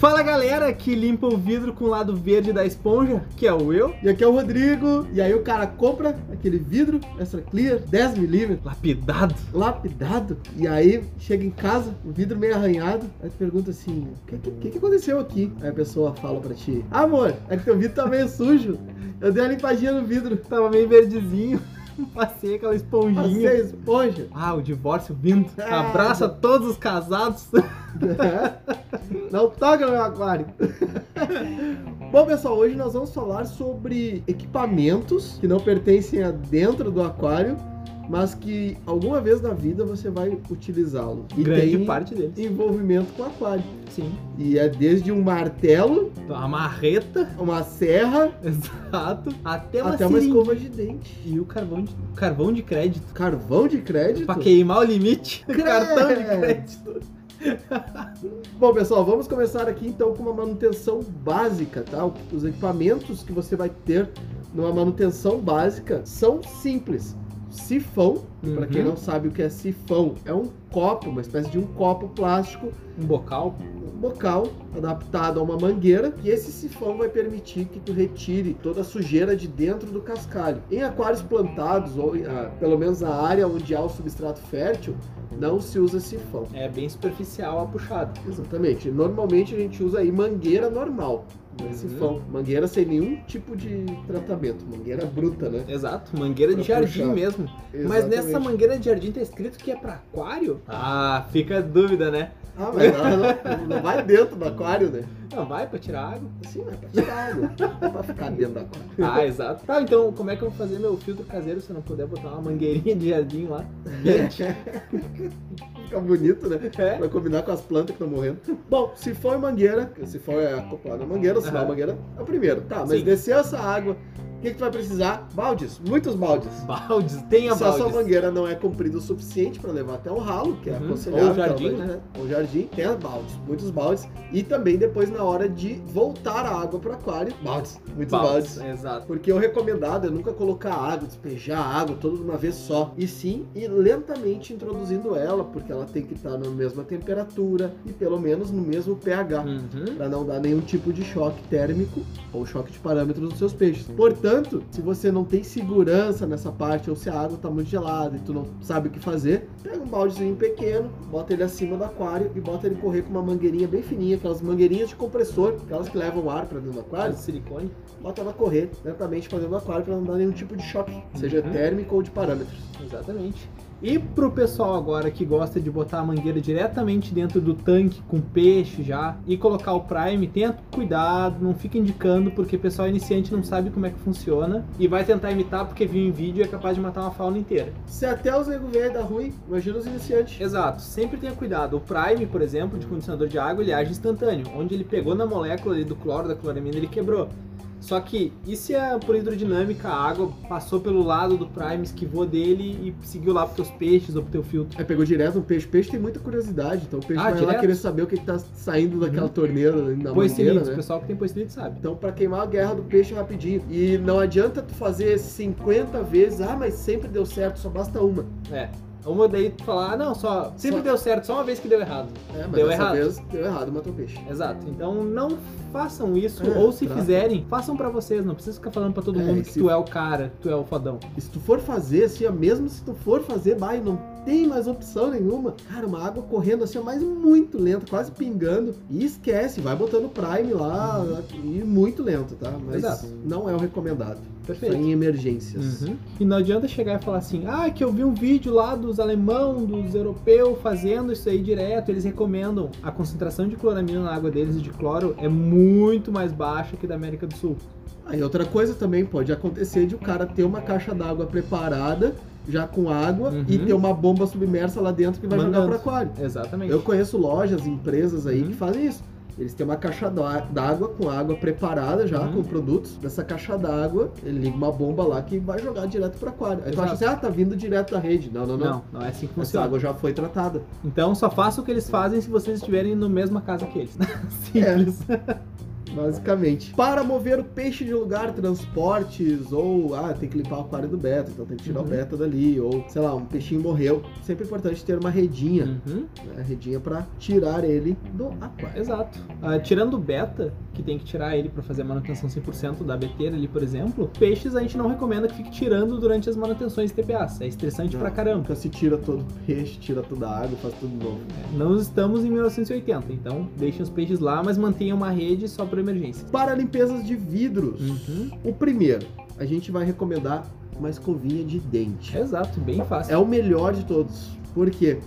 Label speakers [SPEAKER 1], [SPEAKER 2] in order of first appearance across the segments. [SPEAKER 1] Fala galera que limpa o vidro com o lado verde da esponja, que é o eu.
[SPEAKER 2] E aqui é o Rodrigo, e aí o cara compra aquele vidro extra clear, 10mm,
[SPEAKER 1] Lapidado.
[SPEAKER 2] lapidado, e aí chega em casa, o vidro meio arranhado, aí tu pergunta assim, o que, que- que aconteceu aqui? Aí a pessoa fala pra ti, amor, é que teu vidro tá meio sujo, eu dei uma limpadinha no vidro,
[SPEAKER 1] Tava meio verdezinho. Passei aquela
[SPEAKER 2] passei
[SPEAKER 1] esponjinha.
[SPEAKER 2] a esponja.
[SPEAKER 1] Ah, o divórcio vindo.
[SPEAKER 2] Ah,
[SPEAKER 1] Abraça todos os casados.
[SPEAKER 2] Não toca no meu aquário. Bom, pessoal, hoje nós vamos falar sobre equipamentos que não pertencem a dentro do aquário, mas que alguma vez na vida você vai utilizá-lo. E
[SPEAKER 1] Grande
[SPEAKER 2] tem
[SPEAKER 1] parte deles.
[SPEAKER 2] envolvimento com o aquário.
[SPEAKER 1] Sim.
[SPEAKER 2] E é desde um martelo,
[SPEAKER 1] A marreta,
[SPEAKER 2] uma serra,
[SPEAKER 1] exato. Até uma,
[SPEAKER 2] até
[SPEAKER 1] seringa.
[SPEAKER 2] uma escova de dente.
[SPEAKER 1] E o carvão de, o carvão de crédito.
[SPEAKER 2] Carvão de crédito?
[SPEAKER 1] Pra queimar o limite. Cartão de crédito.
[SPEAKER 2] Bom, pessoal, vamos começar aqui então com uma manutenção básica, tá? Os equipamentos que você vai ter numa manutenção básica são simples. Sifão, que pra
[SPEAKER 1] Uhum.
[SPEAKER 2] quem não sabe o que é sifão, é um copo, uma espécie de um copo plástico,
[SPEAKER 1] Um bocal.
[SPEAKER 2] um bocal adaptado a uma mangueira, e esse sifão vai permitir que tu retire toda a sujeira de dentro do cascalho. Em aquários plantados, ou em, ah, pelo menos na área onde há o substrato fértil, não se usa sifão.
[SPEAKER 1] É bem superficial a puxada.
[SPEAKER 2] Exatamente. Normalmente a gente usa aí mangueira normal, né?
[SPEAKER 1] Uhum.
[SPEAKER 2] sifão. Mangueira sem nenhum tipo de tratamento, mangueira bruta, né?
[SPEAKER 1] Exato, mangueira de
[SPEAKER 2] Pra
[SPEAKER 1] jardim
[SPEAKER 2] puxar.
[SPEAKER 1] mesmo. Mas
[SPEAKER 2] Exatamente.
[SPEAKER 1] nessa mangueira de jardim tá escrito que é pra aquário? Ah, fica a dúvida, né?
[SPEAKER 2] Ah, mas ela não, não vai dentro do aquário, né?
[SPEAKER 1] Não, vai pra tirar água.
[SPEAKER 2] Assim, mas pra tirar água. Não é pra ficar dentro do aquário.
[SPEAKER 1] Ah, exato. Tá, então como é que eu vou fazer meu filtro caseiro se eu não puder botar uma mangueirinha de jardim lá?
[SPEAKER 2] Fica bonito, né?
[SPEAKER 1] É?
[SPEAKER 2] Vai combinar com as plantas que estão morrendo. Bom, se for em mangueira, se for é acoplado na mangueira, se for a
[SPEAKER 1] Aham.
[SPEAKER 2] mangueira, é o primeiro. Tá, mas
[SPEAKER 1] Sim.
[SPEAKER 2] desceu essa água, o que, que tu vai precisar? Baldes, muitos baldes.
[SPEAKER 1] Baldes, tenha
[SPEAKER 2] Se a sua
[SPEAKER 1] baldes.
[SPEAKER 2] mangueira não é comprida o suficiente para levar até o ralo, que é
[SPEAKER 1] Uhum.
[SPEAKER 2] aconselhável.
[SPEAKER 1] Ou o jardim,
[SPEAKER 2] talvez,
[SPEAKER 1] né?
[SPEAKER 2] Ou o jardim, tem as baldes, muitos baldes. E também depois na hora de voltar a água para o aquário, baldes, muitos baldes.
[SPEAKER 1] Exato.
[SPEAKER 2] Porque o recomendado é nunca colocar água, despejar água toda de uma vez só. E sim, ir lentamente introduzindo ela, porque ela tem que estar na mesma temperatura e pelo menos no mesmo pH
[SPEAKER 1] Uhum.
[SPEAKER 2] para não dar nenhum tipo de choque térmico ou choque de parâmetros nos seus peixes. Portanto, se você não tem segurança nessa parte ou se a água está muito gelada e tu não sabe o que fazer, pega um baldezinho pequeno, bota ele acima do aquário e bota ele correr com uma mangueirinha bem fininha, aquelas mangueirinhas de compressor, aquelas que levam ar para dentro do
[SPEAKER 1] Balde
[SPEAKER 2] aquário,
[SPEAKER 1] de silicone.
[SPEAKER 2] bota ela correr lentamente para dentro do aquário para não dar nenhum tipo de choque, seja
[SPEAKER 1] Uhum.
[SPEAKER 2] térmico ou de parâmetros.
[SPEAKER 1] Exatamente. E pro pessoal agora que gosta de botar a mangueira diretamente dentro do tanque com peixe já e colocar o prime, tenha cuidado, não fica indicando porque o pessoal iniciante não sabe como é que funciona e vai tentar imitar porque viu em vídeo e é capaz de matar uma fauna inteira.
[SPEAKER 2] Se até os nego velho dá ruim, imagina os iniciantes.
[SPEAKER 1] Exato, sempre tenha cuidado. O prime, por exemplo, de condicionador de água, ele age instantâneo. Onde ele pegou na molécula ali do cloro, da cloramina, ele quebrou. Só que, e se a, por hidrodinâmica a água passou pelo lado do prime, esquivou dele e seguiu lá pros teus peixes ou pro teu filtro?
[SPEAKER 2] Aí pegou direto um peixe. Peixe tem muita curiosidade, então o peixe
[SPEAKER 1] Ah,
[SPEAKER 2] vai lá
[SPEAKER 1] direto? Uhum.
[SPEAKER 2] querer saber o que, que tá saindo daquela torneira, da
[SPEAKER 1] Pois
[SPEAKER 2] mangueira,
[SPEAKER 1] o
[SPEAKER 2] né?
[SPEAKER 1] pessoal que tem poesilite sabe.
[SPEAKER 2] Então, pra queimar a guerra do peixe rapidinho. E não adianta tu fazer 50 vezes, ah, mas sempre deu certo, só basta uma.
[SPEAKER 1] É. Uma daí tu falar, ah, não, só. Sempre
[SPEAKER 2] Só-
[SPEAKER 1] deu certo, só uma vez que deu errado.
[SPEAKER 2] É, mas
[SPEAKER 1] Deu
[SPEAKER 2] dessa
[SPEAKER 1] errado.
[SPEAKER 2] vez deu errado, matou o peixe.
[SPEAKER 1] Exato. Então não façam isso,
[SPEAKER 2] É,
[SPEAKER 1] ou se
[SPEAKER 2] trata.
[SPEAKER 1] fizerem, façam pra vocês. Não precisa ficar falando pra todo
[SPEAKER 2] É,
[SPEAKER 1] mundo
[SPEAKER 2] e
[SPEAKER 1] que
[SPEAKER 2] se-
[SPEAKER 1] tu é o cara, tu é o fodão.
[SPEAKER 2] E se tu for fazer, assim, ó, mesmo se tu for fazer, vai, não tem mais opção nenhuma. Cara, uma água correndo assim, ó, mas muito lenta, quase pingando. E esquece, vai botando prime lá e muito lento, tá? Mas
[SPEAKER 1] Uhum. Exato.
[SPEAKER 2] não é o recomendado. Só
[SPEAKER 1] Perfeito.
[SPEAKER 2] em emergências.
[SPEAKER 1] Uhum. E não adianta chegar e falar assim, ah, que eu vi um vídeo lá dos alemão, dos europeus fazendo isso aí direto, eles recomendam. A concentração de cloramina na água deles e de cloro é muito mais baixa que da América do Sul.
[SPEAKER 2] Aí outra coisa também pode acontecer de o cara ter uma caixa d'água preparada, já com água,
[SPEAKER 1] Uhum.
[SPEAKER 2] e ter uma bomba submersa lá dentro que vai
[SPEAKER 1] Mandando.
[SPEAKER 2] jogar pro aquário.
[SPEAKER 1] Exatamente.
[SPEAKER 2] Eu conheço lojas, empresas aí
[SPEAKER 1] Uhum.
[SPEAKER 2] que fazem isso. Eles têm uma caixa d'á- d'água com água preparada já,
[SPEAKER 1] Uhum.
[SPEAKER 2] com produtos. Dessa caixa d'água, ele liga uma bomba lá que vai jogar direto pro aquário. Aí tu
[SPEAKER 1] Exato.
[SPEAKER 2] acha assim, ah, tá vindo direto da rede. Não, não, não.
[SPEAKER 1] Não, não é assim que
[SPEAKER 2] Essa
[SPEAKER 1] funciona.
[SPEAKER 2] água já foi tratada.
[SPEAKER 1] Então só faça o que eles fazem se vocês estiverem no mesma casa que eles. Simples.
[SPEAKER 2] basicamente. Para mover o peixe de lugar, transportes, ou ah, tem que limpar o aquário do beta, então tem que tirar
[SPEAKER 1] Uhum.
[SPEAKER 2] o beta dali, ou sei lá, um peixinho morreu. Sempre é importante ter uma redinha,
[SPEAKER 1] Uhum,
[SPEAKER 2] né? A redinha pra tirar ele do aquário.
[SPEAKER 1] exato. Ah, tirando o beta, que tem que tirar ele pra fazer a manutenção 100% da beteira ali, por exemplo, peixes a gente não recomenda que fique tirando durante as manutenções TPAs. É estressante
[SPEAKER 2] Não.
[SPEAKER 1] pra caramba.
[SPEAKER 2] Nunca se tira todo o peixe, tira toda a água, faz tudo novo.
[SPEAKER 1] Não estamos em 1980, então deixem os peixes lá, mas mantenham uma rede só pra emergência.
[SPEAKER 2] Para limpezas de vidros,
[SPEAKER 1] Uhum,
[SPEAKER 2] o primeiro, a gente vai recomendar uma escovinha de dente.
[SPEAKER 1] Exato, bem fácil.
[SPEAKER 2] É o melhor de todos. Por quê?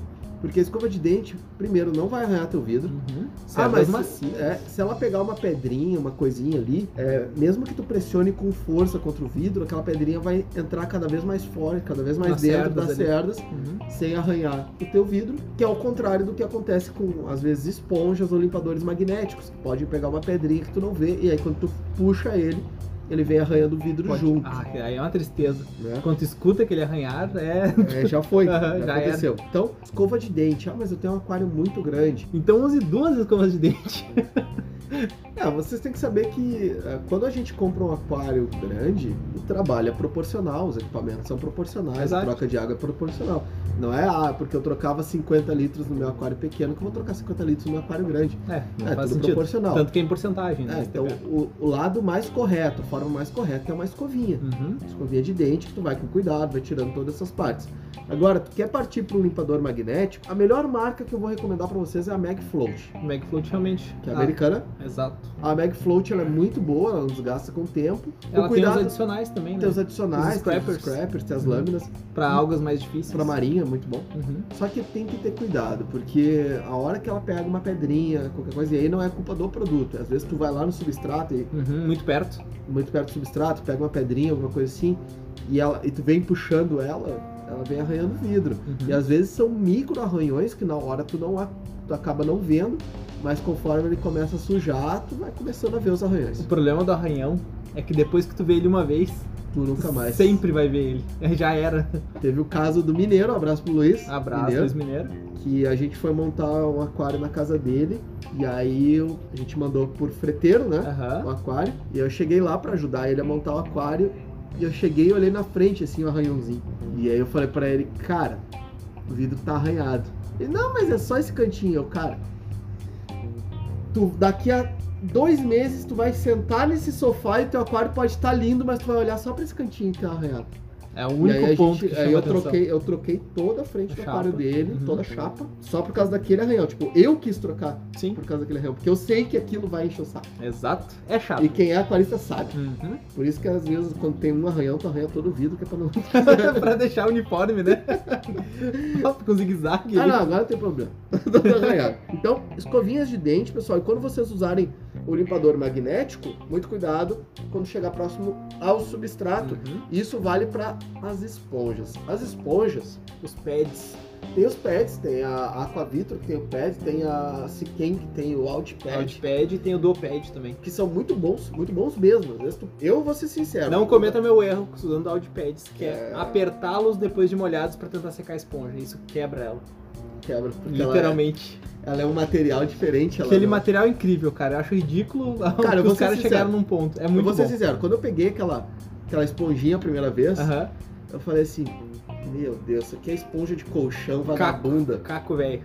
[SPEAKER 2] Porque a escova de dente, primeiro, não vai arranhar teu vidro.
[SPEAKER 1] Uhum. Cerdas macias.
[SPEAKER 2] é, Ah, se ela pegar uma pedrinha, uma coisinha ali, é, mesmo que tu pressione com força contra o vidro, aquela pedrinha vai entrar cada vez mais forte, cada vez mais
[SPEAKER 1] Nas
[SPEAKER 2] dentro
[SPEAKER 1] cerdas
[SPEAKER 2] das
[SPEAKER 1] ali.
[SPEAKER 2] cerdas,
[SPEAKER 1] Uhum.
[SPEAKER 2] sem arranhar o teu vidro, que é o contrário do que acontece com, às vezes, esponjas ou limpadores magnéticos, que podem pegar uma pedrinha que tu não vê, e aí quando tu puxa ele, ele vem arranhando o vidro
[SPEAKER 1] Pode-
[SPEAKER 2] junto.
[SPEAKER 1] Ah, aí é uma tristeza.
[SPEAKER 2] né?
[SPEAKER 1] Quando tu escuta aquele arranhar, é.
[SPEAKER 2] É, já foi,
[SPEAKER 1] Aham, já
[SPEAKER 2] já,
[SPEAKER 1] era.
[SPEAKER 2] aconteceu. Então, escova de dente. Ah, mas eu tenho um aquário muito grande.
[SPEAKER 1] Então use duas escovas de dente.
[SPEAKER 2] É, vocês têm que saber que eh, quando a gente compra um aquário grande, o trabalho é proporcional, os equipamentos são proporcionais,
[SPEAKER 1] Exato.
[SPEAKER 2] a troca de água é proporcional. Não é, ah, porque eu trocava 50 litros no meu aquário pequeno que eu vou trocar 50 litros no meu aquário grande.
[SPEAKER 1] É, não
[SPEAKER 2] é,
[SPEAKER 1] faz
[SPEAKER 2] tudo
[SPEAKER 1] sentido.
[SPEAKER 2] proporcional.
[SPEAKER 1] Tanto que é em porcentagem, né?
[SPEAKER 2] É, então, o, o lado mais correto, a forma mais correta é uma escovinha.
[SPEAKER 1] Uhum.
[SPEAKER 2] escovinha de dente, que tu vai com cuidado, vai tirando todas essas partes. Agora, tu quer partir para um limpador magnético? A melhor marca que eu vou recomendar para vocês é a Mag Float,
[SPEAKER 1] O Magfloat realmente.
[SPEAKER 2] que é
[SPEAKER 1] Ah,
[SPEAKER 2] americana.
[SPEAKER 1] Exato.
[SPEAKER 2] A Mag Float ela é muito boa, ela nos gasta com o tempo.
[SPEAKER 1] Ela
[SPEAKER 2] o cuidado
[SPEAKER 1] tem os adicionais também, né?
[SPEAKER 2] tem os adicionais,
[SPEAKER 1] Os
[SPEAKER 2] tem os
[SPEAKER 1] scrappers.
[SPEAKER 2] scrappers, tem as
[SPEAKER 1] Uhum.
[SPEAKER 2] lâminas,
[SPEAKER 1] Pra algas mais difíceis.
[SPEAKER 2] para marinha, muito bom.
[SPEAKER 1] Uhum.
[SPEAKER 2] Só que tem que ter cuidado, porque a hora que ela pega uma pedrinha, qualquer coisa, e aí não é culpa do produto. Às vezes tu vai lá no substrato e
[SPEAKER 1] Uhum, muito perto.
[SPEAKER 2] muito perto do substrato, pega uma pedrinha, alguma coisa assim, e, ela, e tu vem puxando ela, ela vem arranhando o vidro.
[SPEAKER 1] Uhum.
[SPEAKER 2] E às vezes são micro arranhões que na hora tu não a- tu acaba não vendo, mas conforme ele começa a sujar, tu vai começando a ver os arranhões.
[SPEAKER 1] O problema do arranhão é que depois que tu vê ele uma vez,
[SPEAKER 2] Tu nunca
[SPEAKER 1] tu
[SPEAKER 2] mais.
[SPEAKER 1] sempre vai ver ele. É, Já era.
[SPEAKER 2] Teve o caso do Mineiro, um abraço pro Luiz.
[SPEAKER 1] Abraço,
[SPEAKER 2] Mineiro, Uhum.
[SPEAKER 1] Luiz Mineiro.
[SPEAKER 2] que a gente foi montar um aquário na casa dele, e aí eu- a gente mandou por freteiro, né?
[SPEAKER 1] Aham.
[SPEAKER 2] o aquário. E eu cheguei lá pra ajudar ele a montar o aquário. E eu cheguei e olhei na frente, assim, o arranhãozinho. E aí eu falei pra ele, cara, o vidro tá arranhado. Ele, não, mas é só esse cantinho. Eu, cara, tu, daqui a dois meses tu vai sentar nesse sofá e teu aquário pode estar lindo, mas tu vai olhar só pra esse cantinho que tá arranhado.
[SPEAKER 1] É o
[SPEAKER 2] e aí
[SPEAKER 1] único
[SPEAKER 2] a
[SPEAKER 1] ponto
[SPEAKER 2] gente-
[SPEAKER 1] que
[SPEAKER 2] aí
[SPEAKER 1] chama
[SPEAKER 2] eu
[SPEAKER 1] atenção.
[SPEAKER 2] troquei, eu troquei toda a frente
[SPEAKER 1] A
[SPEAKER 2] do
[SPEAKER 1] chapa.
[SPEAKER 2] aquário dele,
[SPEAKER 1] Uhum.
[SPEAKER 2] toda a chapa, só por causa daquele arranhão. Tipo, eu quis trocar
[SPEAKER 1] Sim,
[SPEAKER 2] por causa daquele arranhão, porque eu sei que aquilo vai encher o saco.
[SPEAKER 1] exato. É chato.
[SPEAKER 2] E quem é aquarista sabe.
[SPEAKER 1] Uhum.
[SPEAKER 2] Por isso que às vezes quando tem um arranhão, tu arranha todo o vidro, que é pra não.
[SPEAKER 1] pra deixar o uniforme, né? Com zigue-zague.
[SPEAKER 2] Ah, não, agora não tem problema. Todo arranhado. Então, escovinhas de dente, pessoal, e quando vocês usarem o limpador magnético, muito cuidado quando chegar próximo ao substrato.
[SPEAKER 1] Uhum.
[SPEAKER 2] Isso vale para as esponjas. As esponjas,
[SPEAKER 1] Os pads.
[SPEAKER 2] tem os pads, tem a Aquavitro que tem o pad, tem a Siquem que tem o Outpad,
[SPEAKER 1] Outpad e tem o Duopad também.
[SPEAKER 2] que são muito bons, muito bons mesmo. Às vezes tu- Eu vou ser sincero.
[SPEAKER 1] Não cometa meu erro usando outpads, que é,
[SPEAKER 2] assim. É.
[SPEAKER 1] apertá-los depois de molhados pra tentar secar a esponja. Isso quebra ela.
[SPEAKER 2] quebra, porque ela
[SPEAKER 1] literalmente.
[SPEAKER 2] é, ela é um material diferente. ela
[SPEAKER 1] Aquele
[SPEAKER 2] não-
[SPEAKER 1] material é incrível, cara. Eu acho ridículo
[SPEAKER 2] eu
[SPEAKER 1] que os
[SPEAKER 2] vou
[SPEAKER 1] caras
[SPEAKER 2] ser sincero.
[SPEAKER 1] chegaram num ponto. É
[SPEAKER 2] eu
[SPEAKER 1] muito
[SPEAKER 2] vou ser
[SPEAKER 1] bom.
[SPEAKER 2] sincero, quando eu peguei aquela, aquela esponjinha a primeira vez,
[SPEAKER 1] Aham.
[SPEAKER 2] eu falei assim, meu Deus, isso aqui é esponja de colchão vagabunda.
[SPEAKER 1] Caco, velho.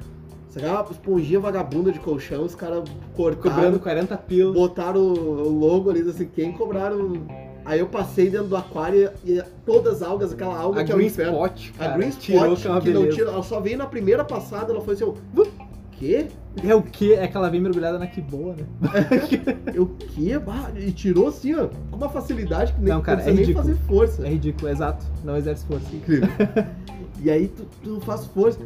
[SPEAKER 2] Isso aqui é uma esponjinha vagabunda de colchão, os caras
[SPEAKER 1] Cobrando
[SPEAKER 2] cortaram,
[SPEAKER 1] 40 pila.
[SPEAKER 2] botaram o logo ali assim, quem cobraram. Aí eu passei dentro do aquário e todas as algas, aquela alga
[SPEAKER 1] A
[SPEAKER 2] que é o
[SPEAKER 1] Green
[SPEAKER 2] inferno.
[SPEAKER 1] Spot, cara.
[SPEAKER 2] a green spot
[SPEAKER 1] tirou, que é uma
[SPEAKER 2] não
[SPEAKER 1] beleza.
[SPEAKER 2] tira, ela só veio na primeira passada, ela foi assim, eu, quê?
[SPEAKER 1] É o quê? É que ela vem mergulhada na que boa, né?
[SPEAKER 2] Eu quê? Bah, E tirou assim, ó, com uma facilidade que nem
[SPEAKER 1] Não, cara, é
[SPEAKER 2] precisa nem
[SPEAKER 1] ridículo.
[SPEAKER 2] fazer força.
[SPEAKER 1] É ridículo, exato. Não exerce força.
[SPEAKER 2] Incrível. e aí tu, tu não faz força.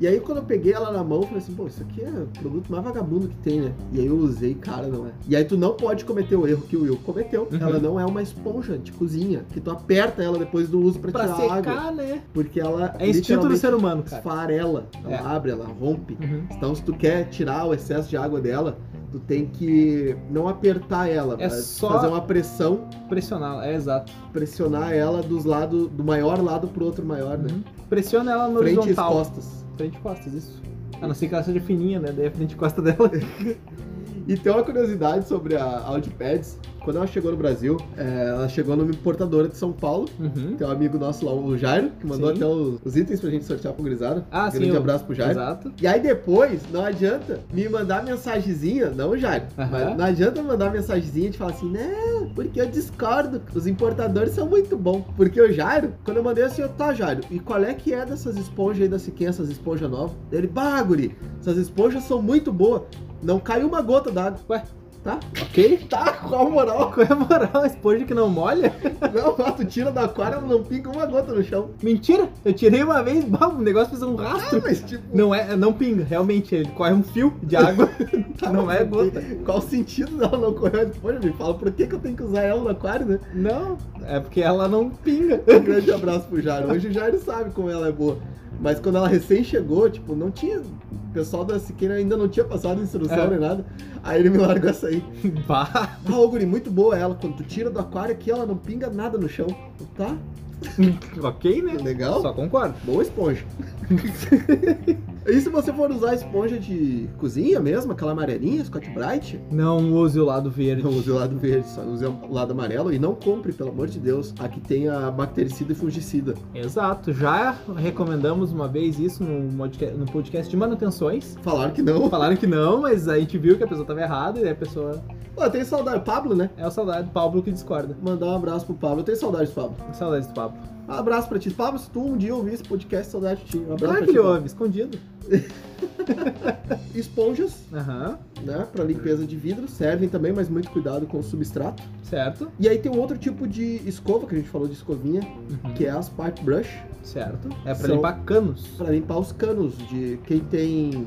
[SPEAKER 2] E aí quando eu peguei ela na mão, eu falei assim, pô, isso aqui é o produto mais vagabundo que tem, né? E aí eu usei, cara, não é. E aí tu não pode cometer o erro que o Will cometeu.
[SPEAKER 1] Uhum.
[SPEAKER 2] Ela não é uma esponja de cozinha, que tu aperta ela depois do uso pra,
[SPEAKER 1] Pra
[SPEAKER 2] tirar a água.
[SPEAKER 1] secar, né?
[SPEAKER 2] Porque ela
[SPEAKER 1] É instinto do
[SPEAKER 2] literalmente
[SPEAKER 1] ser humano, cara.
[SPEAKER 2] esfarela. Ela
[SPEAKER 1] É.
[SPEAKER 2] abre, ela rompe.
[SPEAKER 1] Uhum.
[SPEAKER 2] Então se tu quer tirar o excesso de água dela, tu tem que não apertar ela,
[SPEAKER 1] É
[SPEAKER 2] mas
[SPEAKER 1] só-
[SPEAKER 2] fazer uma pressão,
[SPEAKER 1] Pressionar, é exato.
[SPEAKER 2] pressionar ela dos lados, do maior lado pro outro maior, né?
[SPEAKER 1] Uhum. Pressiona ela no
[SPEAKER 2] Frente e
[SPEAKER 1] horizontal.
[SPEAKER 2] costas.
[SPEAKER 1] é Frente e costas, isso. A não ser que ela seja fininha, né? Daí a frente e costa dela.
[SPEAKER 2] E tem uma curiosidade sobre a Audipads. Quando ela chegou no Brasil, é, ela chegou numa importadora de São Paulo.
[SPEAKER 1] Uhum.
[SPEAKER 2] Tem um amigo nosso lá, o Jairo, que mandou
[SPEAKER 1] Sim.
[SPEAKER 2] até os, os itens pra gente sortear pro Grisada.
[SPEAKER 1] Ah,
[SPEAKER 2] Grande
[SPEAKER 1] sim. eu-
[SPEAKER 2] abraço pro Jairo.
[SPEAKER 1] Exato.
[SPEAKER 2] E aí depois, não adianta me mandar mensagenzinha, não, Jairo,
[SPEAKER 1] Aham.
[SPEAKER 2] mas não adianta mandar mensagenzinha de falar assim, não, porque eu discordo, os importadores são muito bons. Porque o Jairo, quando eu mandei assim, eu, tá, Jairo, e qual é que é dessas esponjas aí da Siquinha, essas esponjas novas? Ele, bagulho, essas esponjas são muito boas, não caiu uma gota d'água.
[SPEAKER 1] Ué.
[SPEAKER 2] Tá?
[SPEAKER 1] Ok?
[SPEAKER 2] Tá, qual a moral?
[SPEAKER 1] Qual é a moral? Esponja que não molha?
[SPEAKER 2] Não, tu tira do aquário, não pinga uma gota no chão.
[SPEAKER 1] Mentira! Eu tirei uma vez, bah, o negócio fez um
[SPEAKER 2] Ah,
[SPEAKER 1] rastro.
[SPEAKER 2] mas tipo,
[SPEAKER 1] Não é, não pinga, realmente, ele corre um fio de água.
[SPEAKER 2] tá,
[SPEAKER 1] não
[SPEAKER 2] mas
[SPEAKER 1] é gota.
[SPEAKER 2] Qual o sentido dela não correr a esponja? Me fala, por que que eu tenho que usar ela no aquário, né?
[SPEAKER 1] Não, é porque ela não pinga.
[SPEAKER 2] Um grande abraço pro Jairo. Hoje o Jairo sabe como ela é boa. Mas quando ela recém chegou, tipo, não tinha. O pessoal da Siqueira ainda não tinha passado instrução
[SPEAKER 1] É.
[SPEAKER 2] nem nada. Aí ele me largou essa aí.
[SPEAKER 1] Bah,
[SPEAKER 2] Ah, ô, Guri, muito boa ela. Quando tu tira do aquário aqui, ela não pinga nada no chão. Tá?
[SPEAKER 1] ok, né?
[SPEAKER 2] Legal?
[SPEAKER 1] Só concordo.
[SPEAKER 2] Boa esponja. e se você for usar a esponja de cozinha mesmo, aquela amarelinha, Scott Bright,
[SPEAKER 1] Não use o lado verde.
[SPEAKER 2] não use o lado verde, só use o lado amarelo e não compre, pelo amor de Deus, a que tenha bactericida e fungicida.
[SPEAKER 1] Exato, já recomendamos uma vez isso no modca- no podcast de manutenções.
[SPEAKER 2] Falaram que não.
[SPEAKER 1] Falaram que não, mas a gente viu que a pessoa tava errada e aí a pessoa.
[SPEAKER 2] Pô, tem saudade. Pablo, né?
[SPEAKER 1] É o saudade do Pablo que discorda.
[SPEAKER 2] Mandar um abraço pro Pablo. Eu tenho saudades, Pablo.
[SPEAKER 1] Saudades do Pablo.
[SPEAKER 2] Um abraço pra ti. Pablo, se tu um dia ouvir esse podcast, saudade de ti. Um abraço
[SPEAKER 1] Claro
[SPEAKER 2] pra
[SPEAKER 1] que
[SPEAKER 2] ti.
[SPEAKER 1] ele ouve, Ah, escondido.
[SPEAKER 2] Pablo. Esponjas,
[SPEAKER 1] Aham,
[SPEAKER 2] né? Pra limpeza de vidro. Servem também, mas muito cuidado com o substrato.
[SPEAKER 1] certo.
[SPEAKER 2] E aí tem um outro tipo de escova, que a gente falou de escovinha,
[SPEAKER 1] Uhum,
[SPEAKER 2] que é as part brush,
[SPEAKER 1] Certo. É pra
[SPEAKER 2] São-
[SPEAKER 1] limpar canos.
[SPEAKER 2] pra limpar os canos de quem tem...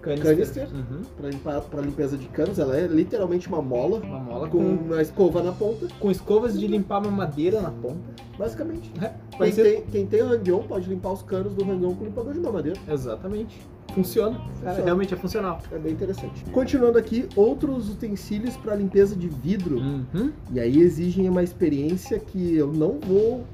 [SPEAKER 2] Canister.
[SPEAKER 1] Uhum.
[SPEAKER 2] Pra, limpar, pra limpeza de canos, ela é literalmente uma mola
[SPEAKER 1] Uma mola
[SPEAKER 2] com
[SPEAKER 1] com...
[SPEAKER 2] uma escova na ponta,
[SPEAKER 1] com escovas de limpar uma madeira na ponta.
[SPEAKER 2] basicamente. Quem
[SPEAKER 1] Parece-
[SPEAKER 2] tem, quem tem hang-on pode limpar os canos do hang-on com limpador de mamadeira.
[SPEAKER 1] Exatamente. Funciona. Cara,
[SPEAKER 2] Funciona.
[SPEAKER 1] realmente é funcional.
[SPEAKER 2] É bem interessante. Continuando aqui, outros utensílios para limpeza de vidro.
[SPEAKER 1] Uhum.
[SPEAKER 2] E aí exigem uma experiência que eu não vou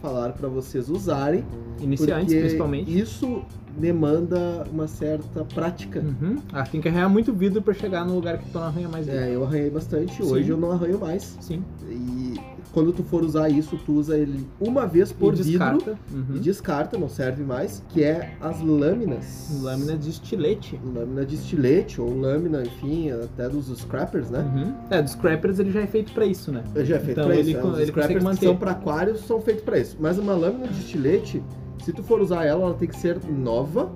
[SPEAKER 2] falar para vocês usarem,
[SPEAKER 1] Iniciantes,
[SPEAKER 2] porque
[SPEAKER 1] principalmente.
[SPEAKER 2] isso demanda uma certa prática.
[SPEAKER 1] Uhum. Ah, tem que arranhar muito vidro pra chegar no lugar que tu não arranha mais vidro.
[SPEAKER 2] É, eu arranhei bastante,
[SPEAKER 1] Sim.
[SPEAKER 2] hoje eu não arranho mais.
[SPEAKER 1] Sim.
[SPEAKER 2] E quando tu for usar isso, tu usa ele uma vez por
[SPEAKER 1] e
[SPEAKER 2] vidro
[SPEAKER 1] descarta. Uhum.
[SPEAKER 2] e descarta, não serve mais, que é as lâminas.
[SPEAKER 1] Lâmina de estilete.
[SPEAKER 2] Lâmina de estilete ou lâmina, enfim, até dos scrappers, né?
[SPEAKER 1] Uhum. É, dos scrappers ele já é feito pra isso, né?
[SPEAKER 2] Já é feito
[SPEAKER 1] Então,
[SPEAKER 2] pra
[SPEAKER 1] ele
[SPEAKER 2] isso. né?
[SPEAKER 1] con-
[SPEAKER 2] Os
[SPEAKER 1] ele consegue
[SPEAKER 2] scrappers que
[SPEAKER 1] manter.
[SPEAKER 2] são pra aquários são feitos pra isso. Mas uma lâmina de estilete, se tu for usar ela, ela tem que ser nova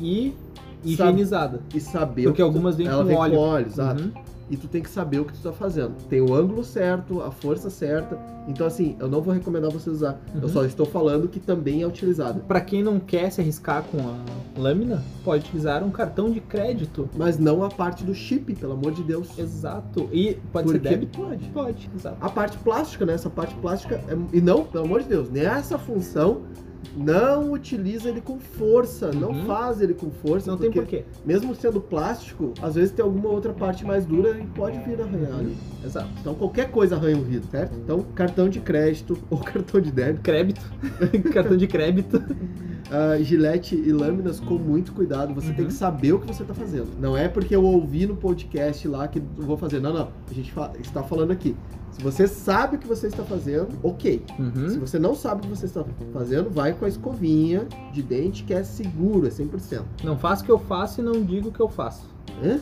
[SPEAKER 1] E
[SPEAKER 2] Sabe-
[SPEAKER 1] higienizada.
[SPEAKER 2] e saber.
[SPEAKER 1] Porque
[SPEAKER 2] o que tu-
[SPEAKER 1] algumas vêm
[SPEAKER 2] ela
[SPEAKER 1] com
[SPEAKER 2] vem
[SPEAKER 1] óleo.
[SPEAKER 2] com óleo, exato.
[SPEAKER 1] Uhum.
[SPEAKER 2] E tu tem que saber o que tu tá fazendo. Tem o ângulo certo, a força certa. Então, assim, eu não vou recomendar você usar. Eu
[SPEAKER 1] Uhum.
[SPEAKER 2] só estou falando que também é utilizada.
[SPEAKER 1] Pra quem não quer se arriscar com a lâmina, pode utilizar um cartão de crédito.
[SPEAKER 2] Mas não a parte do chip, pelo amor de Deus.
[SPEAKER 1] Exato. E pode ser
[SPEAKER 2] Porque
[SPEAKER 1] débito?
[SPEAKER 2] pode.
[SPEAKER 1] Pode, exato.
[SPEAKER 2] A parte plástica, né? Essa parte plástica. É... E não, pelo amor de Deus, nessa função. Não utiliza ele com força, não
[SPEAKER 1] Uhum.
[SPEAKER 2] faz ele com força.
[SPEAKER 1] Não
[SPEAKER 2] porque-
[SPEAKER 1] tem porquê.
[SPEAKER 2] mesmo sendo plástico, às vezes tem alguma outra parte mais dura e pode vir arranhar. ali.
[SPEAKER 1] Exato.
[SPEAKER 2] Então qualquer coisa arranha um vidro, certo? Então cartão de crédito ou cartão de débito,
[SPEAKER 1] Crédito. cartão de crédito.
[SPEAKER 2] ah, gilete e lâminas com muito cuidado. Você tem
[SPEAKER 1] Uhum.
[SPEAKER 2] que saber o que você está fazendo. Não é porque eu ouvi no podcast lá que eu vou fazer. Não, não. A gente fa- está falando aqui. Se você sabe o que você está fazendo, ok. Se
[SPEAKER 1] Uhum.
[SPEAKER 2] você não sabe o que você está fazendo, vai com a escovinha de dente que é seguro, é 100%.
[SPEAKER 1] Não faço o que eu faço e não digo o que eu faço.
[SPEAKER 2] Hã?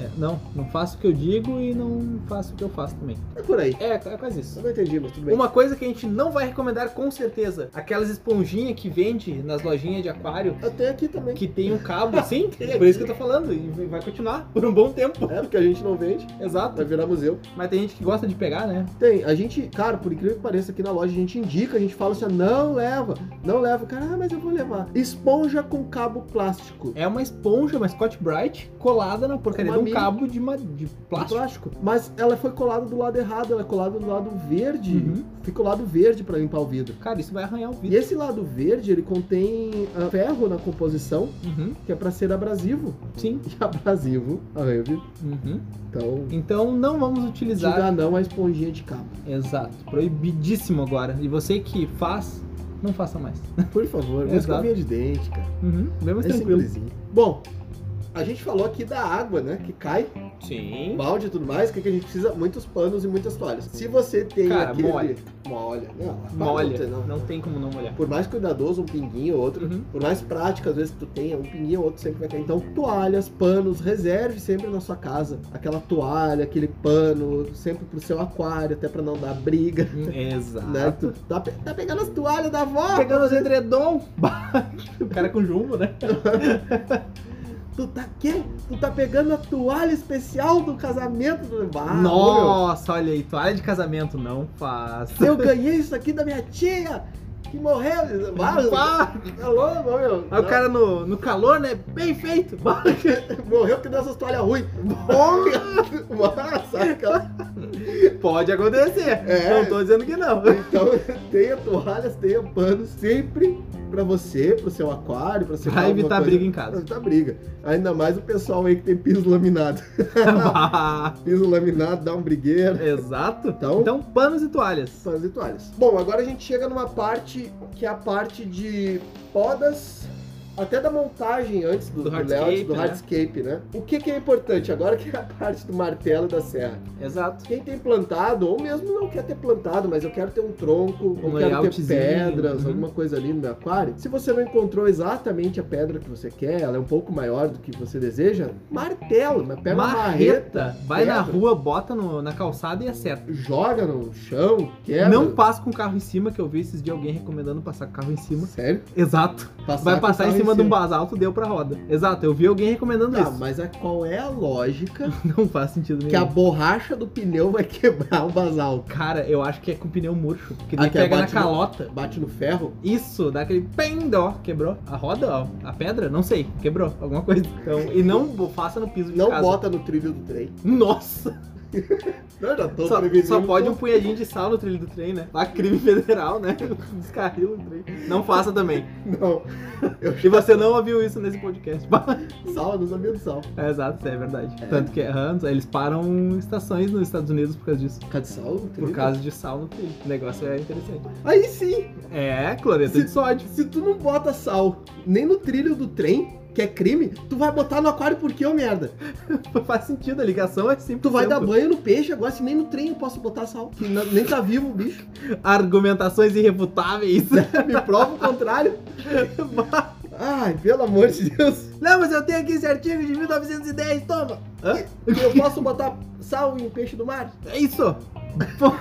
[SPEAKER 1] É, não, não faço o que eu digo e não faço o que eu faço também.
[SPEAKER 2] É por aí.
[SPEAKER 1] É, é quase isso.
[SPEAKER 2] Eu não entendi, mas tudo bem.
[SPEAKER 1] Uma coisa que a gente não vai recomendar com certeza, aquelas esponjinhas que vende nas lojinhas de aquário,
[SPEAKER 2] Eu tenho aqui também.
[SPEAKER 1] que tem um cabo, sim, por isso que eu tô falando, e vai continuar por um bom tempo.
[SPEAKER 2] É, porque a gente não vende, vai
[SPEAKER 1] Exato.
[SPEAKER 2] virar museu.
[SPEAKER 1] Mas tem gente que gosta de pegar, né?
[SPEAKER 2] Tem, a gente, cara, por incrível que pareça, aqui na loja a gente indica, a gente fala assim, ó, não leva, não leva. Cara, ah, mas eu vou levar. Esponja com cabo plástico.
[SPEAKER 1] É uma esponja, uma Scott Bright, colada na porcaria
[SPEAKER 2] Uma
[SPEAKER 1] de um
[SPEAKER 2] mini.
[SPEAKER 1] cabo de, ma- de plástico.
[SPEAKER 2] Mas ela foi colada do lado errado, ela é colada do lado verde.
[SPEAKER 1] Uhum.
[SPEAKER 2] Fica o lado verde pra limpar o vidro.
[SPEAKER 1] Cara, isso vai arranhar o
[SPEAKER 2] E
[SPEAKER 1] vidro.
[SPEAKER 2] esse lado verde, ele contém ah, ferro na composição,
[SPEAKER 1] Uhum.
[SPEAKER 2] que é pra ser abrasivo.
[SPEAKER 1] Sim.
[SPEAKER 2] E abrasivo, arranha o vidro.
[SPEAKER 1] Uhum.
[SPEAKER 2] Então,
[SPEAKER 1] Então não vamos utilizar.
[SPEAKER 2] diga não a esponjinha de cabo.
[SPEAKER 1] Exato. Proibidíssimo agora. E você que faz, não faça mais.
[SPEAKER 2] Por favor, uma
[SPEAKER 1] Exato.
[SPEAKER 2] escovinha de dente, cara.
[SPEAKER 1] Uhum. Bem mais
[SPEAKER 2] É
[SPEAKER 1] tranquilo.
[SPEAKER 2] simplesinho. Bom, A gente falou aqui da água, né? Que cai,
[SPEAKER 1] Sim.
[SPEAKER 2] balde e tudo mais. O que, que a gente precisa? Muitos panos e muitas toalhas. Se você tem
[SPEAKER 1] Cara,
[SPEAKER 2] aquele...
[SPEAKER 1] molha.
[SPEAKER 2] Molha. Não, não
[SPEAKER 1] Molha.
[SPEAKER 2] tem, não.
[SPEAKER 1] Não tem como não molhar.
[SPEAKER 2] Por mais cuidadoso, um pinguinho ou outro.
[SPEAKER 1] Uhum.
[SPEAKER 2] Por mais prática, às vezes, que tu tenha, um pinguinho ou outro sempre vai cair. Então, toalhas, panos, reserve sempre na sua casa. Aquela toalha, aquele pano, sempre pro seu aquário, até pra não dar briga.
[SPEAKER 1] Uhum. Exato.
[SPEAKER 2] Né? Tu tá, pe- tá pegando as toalhas da avó?
[SPEAKER 1] Pegando os edredom. o cara com jumbo, né?
[SPEAKER 2] Tu tá quê? Tu tá pegando a toalha especial do casamento do Bah,
[SPEAKER 1] Nossa, olha aí, toalha de casamento não faz.
[SPEAKER 2] meu, Eu ganhei isso aqui da minha tia que morreu. Bah,
[SPEAKER 1] Bah,
[SPEAKER 2] tá louco, meu.
[SPEAKER 1] Aí o cara no, no calor, né? Bem feito. Bah,
[SPEAKER 2] morreu que deu essas toalhas ruins. Bah, saca?
[SPEAKER 1] Pode acontecer.
[SPEAKER 2] É.
[SPEAKER 1] Não tô dizendo que não.
[SPEAKER 2] Então, tenha toalhas, tenha pano sempre pra você, pro seu aquário, pra você
[SPEAKER 1] Vai evitar briga em
[SPEAKER 2] Pra
[SPEAKER 1] casa.
[SPEAKER 2] evitar briga. Ainda mais o pessoal aí que tem piso laminado.
[SPEAKER 1] Bah,
[SPEAKER 2] Piso laminado dá um brigueiro.
[SPEAKER 1] Exato.
[SPEAKER 2] Então-
[SPEAKER 1] então, panos e toalhas.
[SPEAKER 2] Panos e toalhas. Bom, agora a gente chega numa parte que é a parte de podas, até da montagem antes do,
[SPEAKER 1] Do
[SPEAKER 2] do
[SPEAKER 1] hardscape,
[SPEAKER 2] layout, do
[SPEAKER 1] né?
[SPEAKER 2] hardscape, né? O que, que é importante agora que é a parte do martelo e da serra?
[SPEAKER 1] Exato.
[SPEAKER 2] Quem tem plantado, ou mesmo não quer ter plantado, mas eu quero ter um tronco,
[SPEAKER 1] Um
[SPEAKER 2] eu quero ter
[SPEAKER 1] layoutzinho,
[SPEAKER 2] pedras,
[SPEAKER 1] uhum.
[SPEAKER 2] alguma coisa ali no meu aquário. Se você não encontrou exatamente a pedra que você quer, ela é um pouco maior do que você deseja, martelo, mas pega uma marreta,
[SPEAKER 1] Marreta. Vai na
[SPEAKER 2] pedra.
[SPEAKER 1] rua, bota no- na calçada e acerta.
[SPEAKER 2] joga no chão, quebra.
[SPEAKER 1] Não passa com o carro em cima, que eu vi esses dias alguém recomendando passar com o carro em cima.
[SPEAKER 2] Sério?
[SPEAKER 1] Exato. Vai passar em cima de um basalto, deu pra roda. Exato, eu vi alguém recomendando
[SPEAKER 2] Tá,
[SPEAKER 1] isso.
[SPEAKER 2] mas a- qual é a lógica
[SPEAKER 1] Não faz sentido
[SPEAKER 2] que a
[SPEAKER 1] nenhum.
[SPEAKER 2] borracha do pneu vai quebrar o basalto?
[SPEAKER 1] Cara, eu acho que é com pneu murcho. Que daí
[SPEAKER 2] Ah, que
[SPEAKER 1] pega na
[SPEAKER 2] abate no-
[SPEAKER 1] calota.
[SPEAKER 2] Bate no ferro?
[SPEAKER 1] Isso, dá aquele pendó, quebrou. A roda, ó, a pedra, não sei, quebrou, alguma coisa. Então, e não bo- faça no piso de
[SPEAKER 2] Não
[SPEAKER 1] casa.
[SPEAKER 2] bota no trilho do trem.
[SPEAKER 1] Nossa,
[SPEAKER 2] Não, já tô
[SPEAKER 1] só,
[SPEAKER 2] previsível.
[SPEAKER 1] só pode um punhadinho de sal no trilho do trem, né? Lá crime federal, né? Descarrila o trem. Não faça também.
[SPEAKER 2] Não. Eu
[SPEAKER 1] E você não ouviu isso nesse podcast.
[SPEAKER 2] sal, eu não sabia do sal.
[SPEAKER 1] é, exato, isso é verdade. Tanto que antes, eles param estações nos Estados Unidos por causa disso.
[SPEAKER 2] Por causa de sal? no trilho?
[SPEAKER 1] Por causa de sal no trilho. O negócio é interessante.
[SPEAKER 2] Aí sim,
[SPEAKER 1] É, cloreto
[SPEAKER 2] Se-
[SPEAKER 1] de sódio.
[SPEAKER 2] se tu não bota sal nem no trilho do trem, que é crime, tu vai botar no aquário por quê, ô merda?
[SPEAKER 1] Faz sentido, a ligação é simples.
[SPEAKER 2] Tu vai dar banho no peixe, agora se nem no trem eu posso botar sal, que não- nem tá vivo o bicho.
[SPEAKER 1] Argumentações irrefutáveis.
[SPEAKER 2] Me prova o contrário. Ai, pelo amor de Deus.
[SPEAKER 1] Não, mas eu tenho aqui esse artigo de 1910, toma! Hã?
[SPEAKER 2] Eu posso botar sal em peixe do mar?
[SPEAKER 1] É isso! Ah,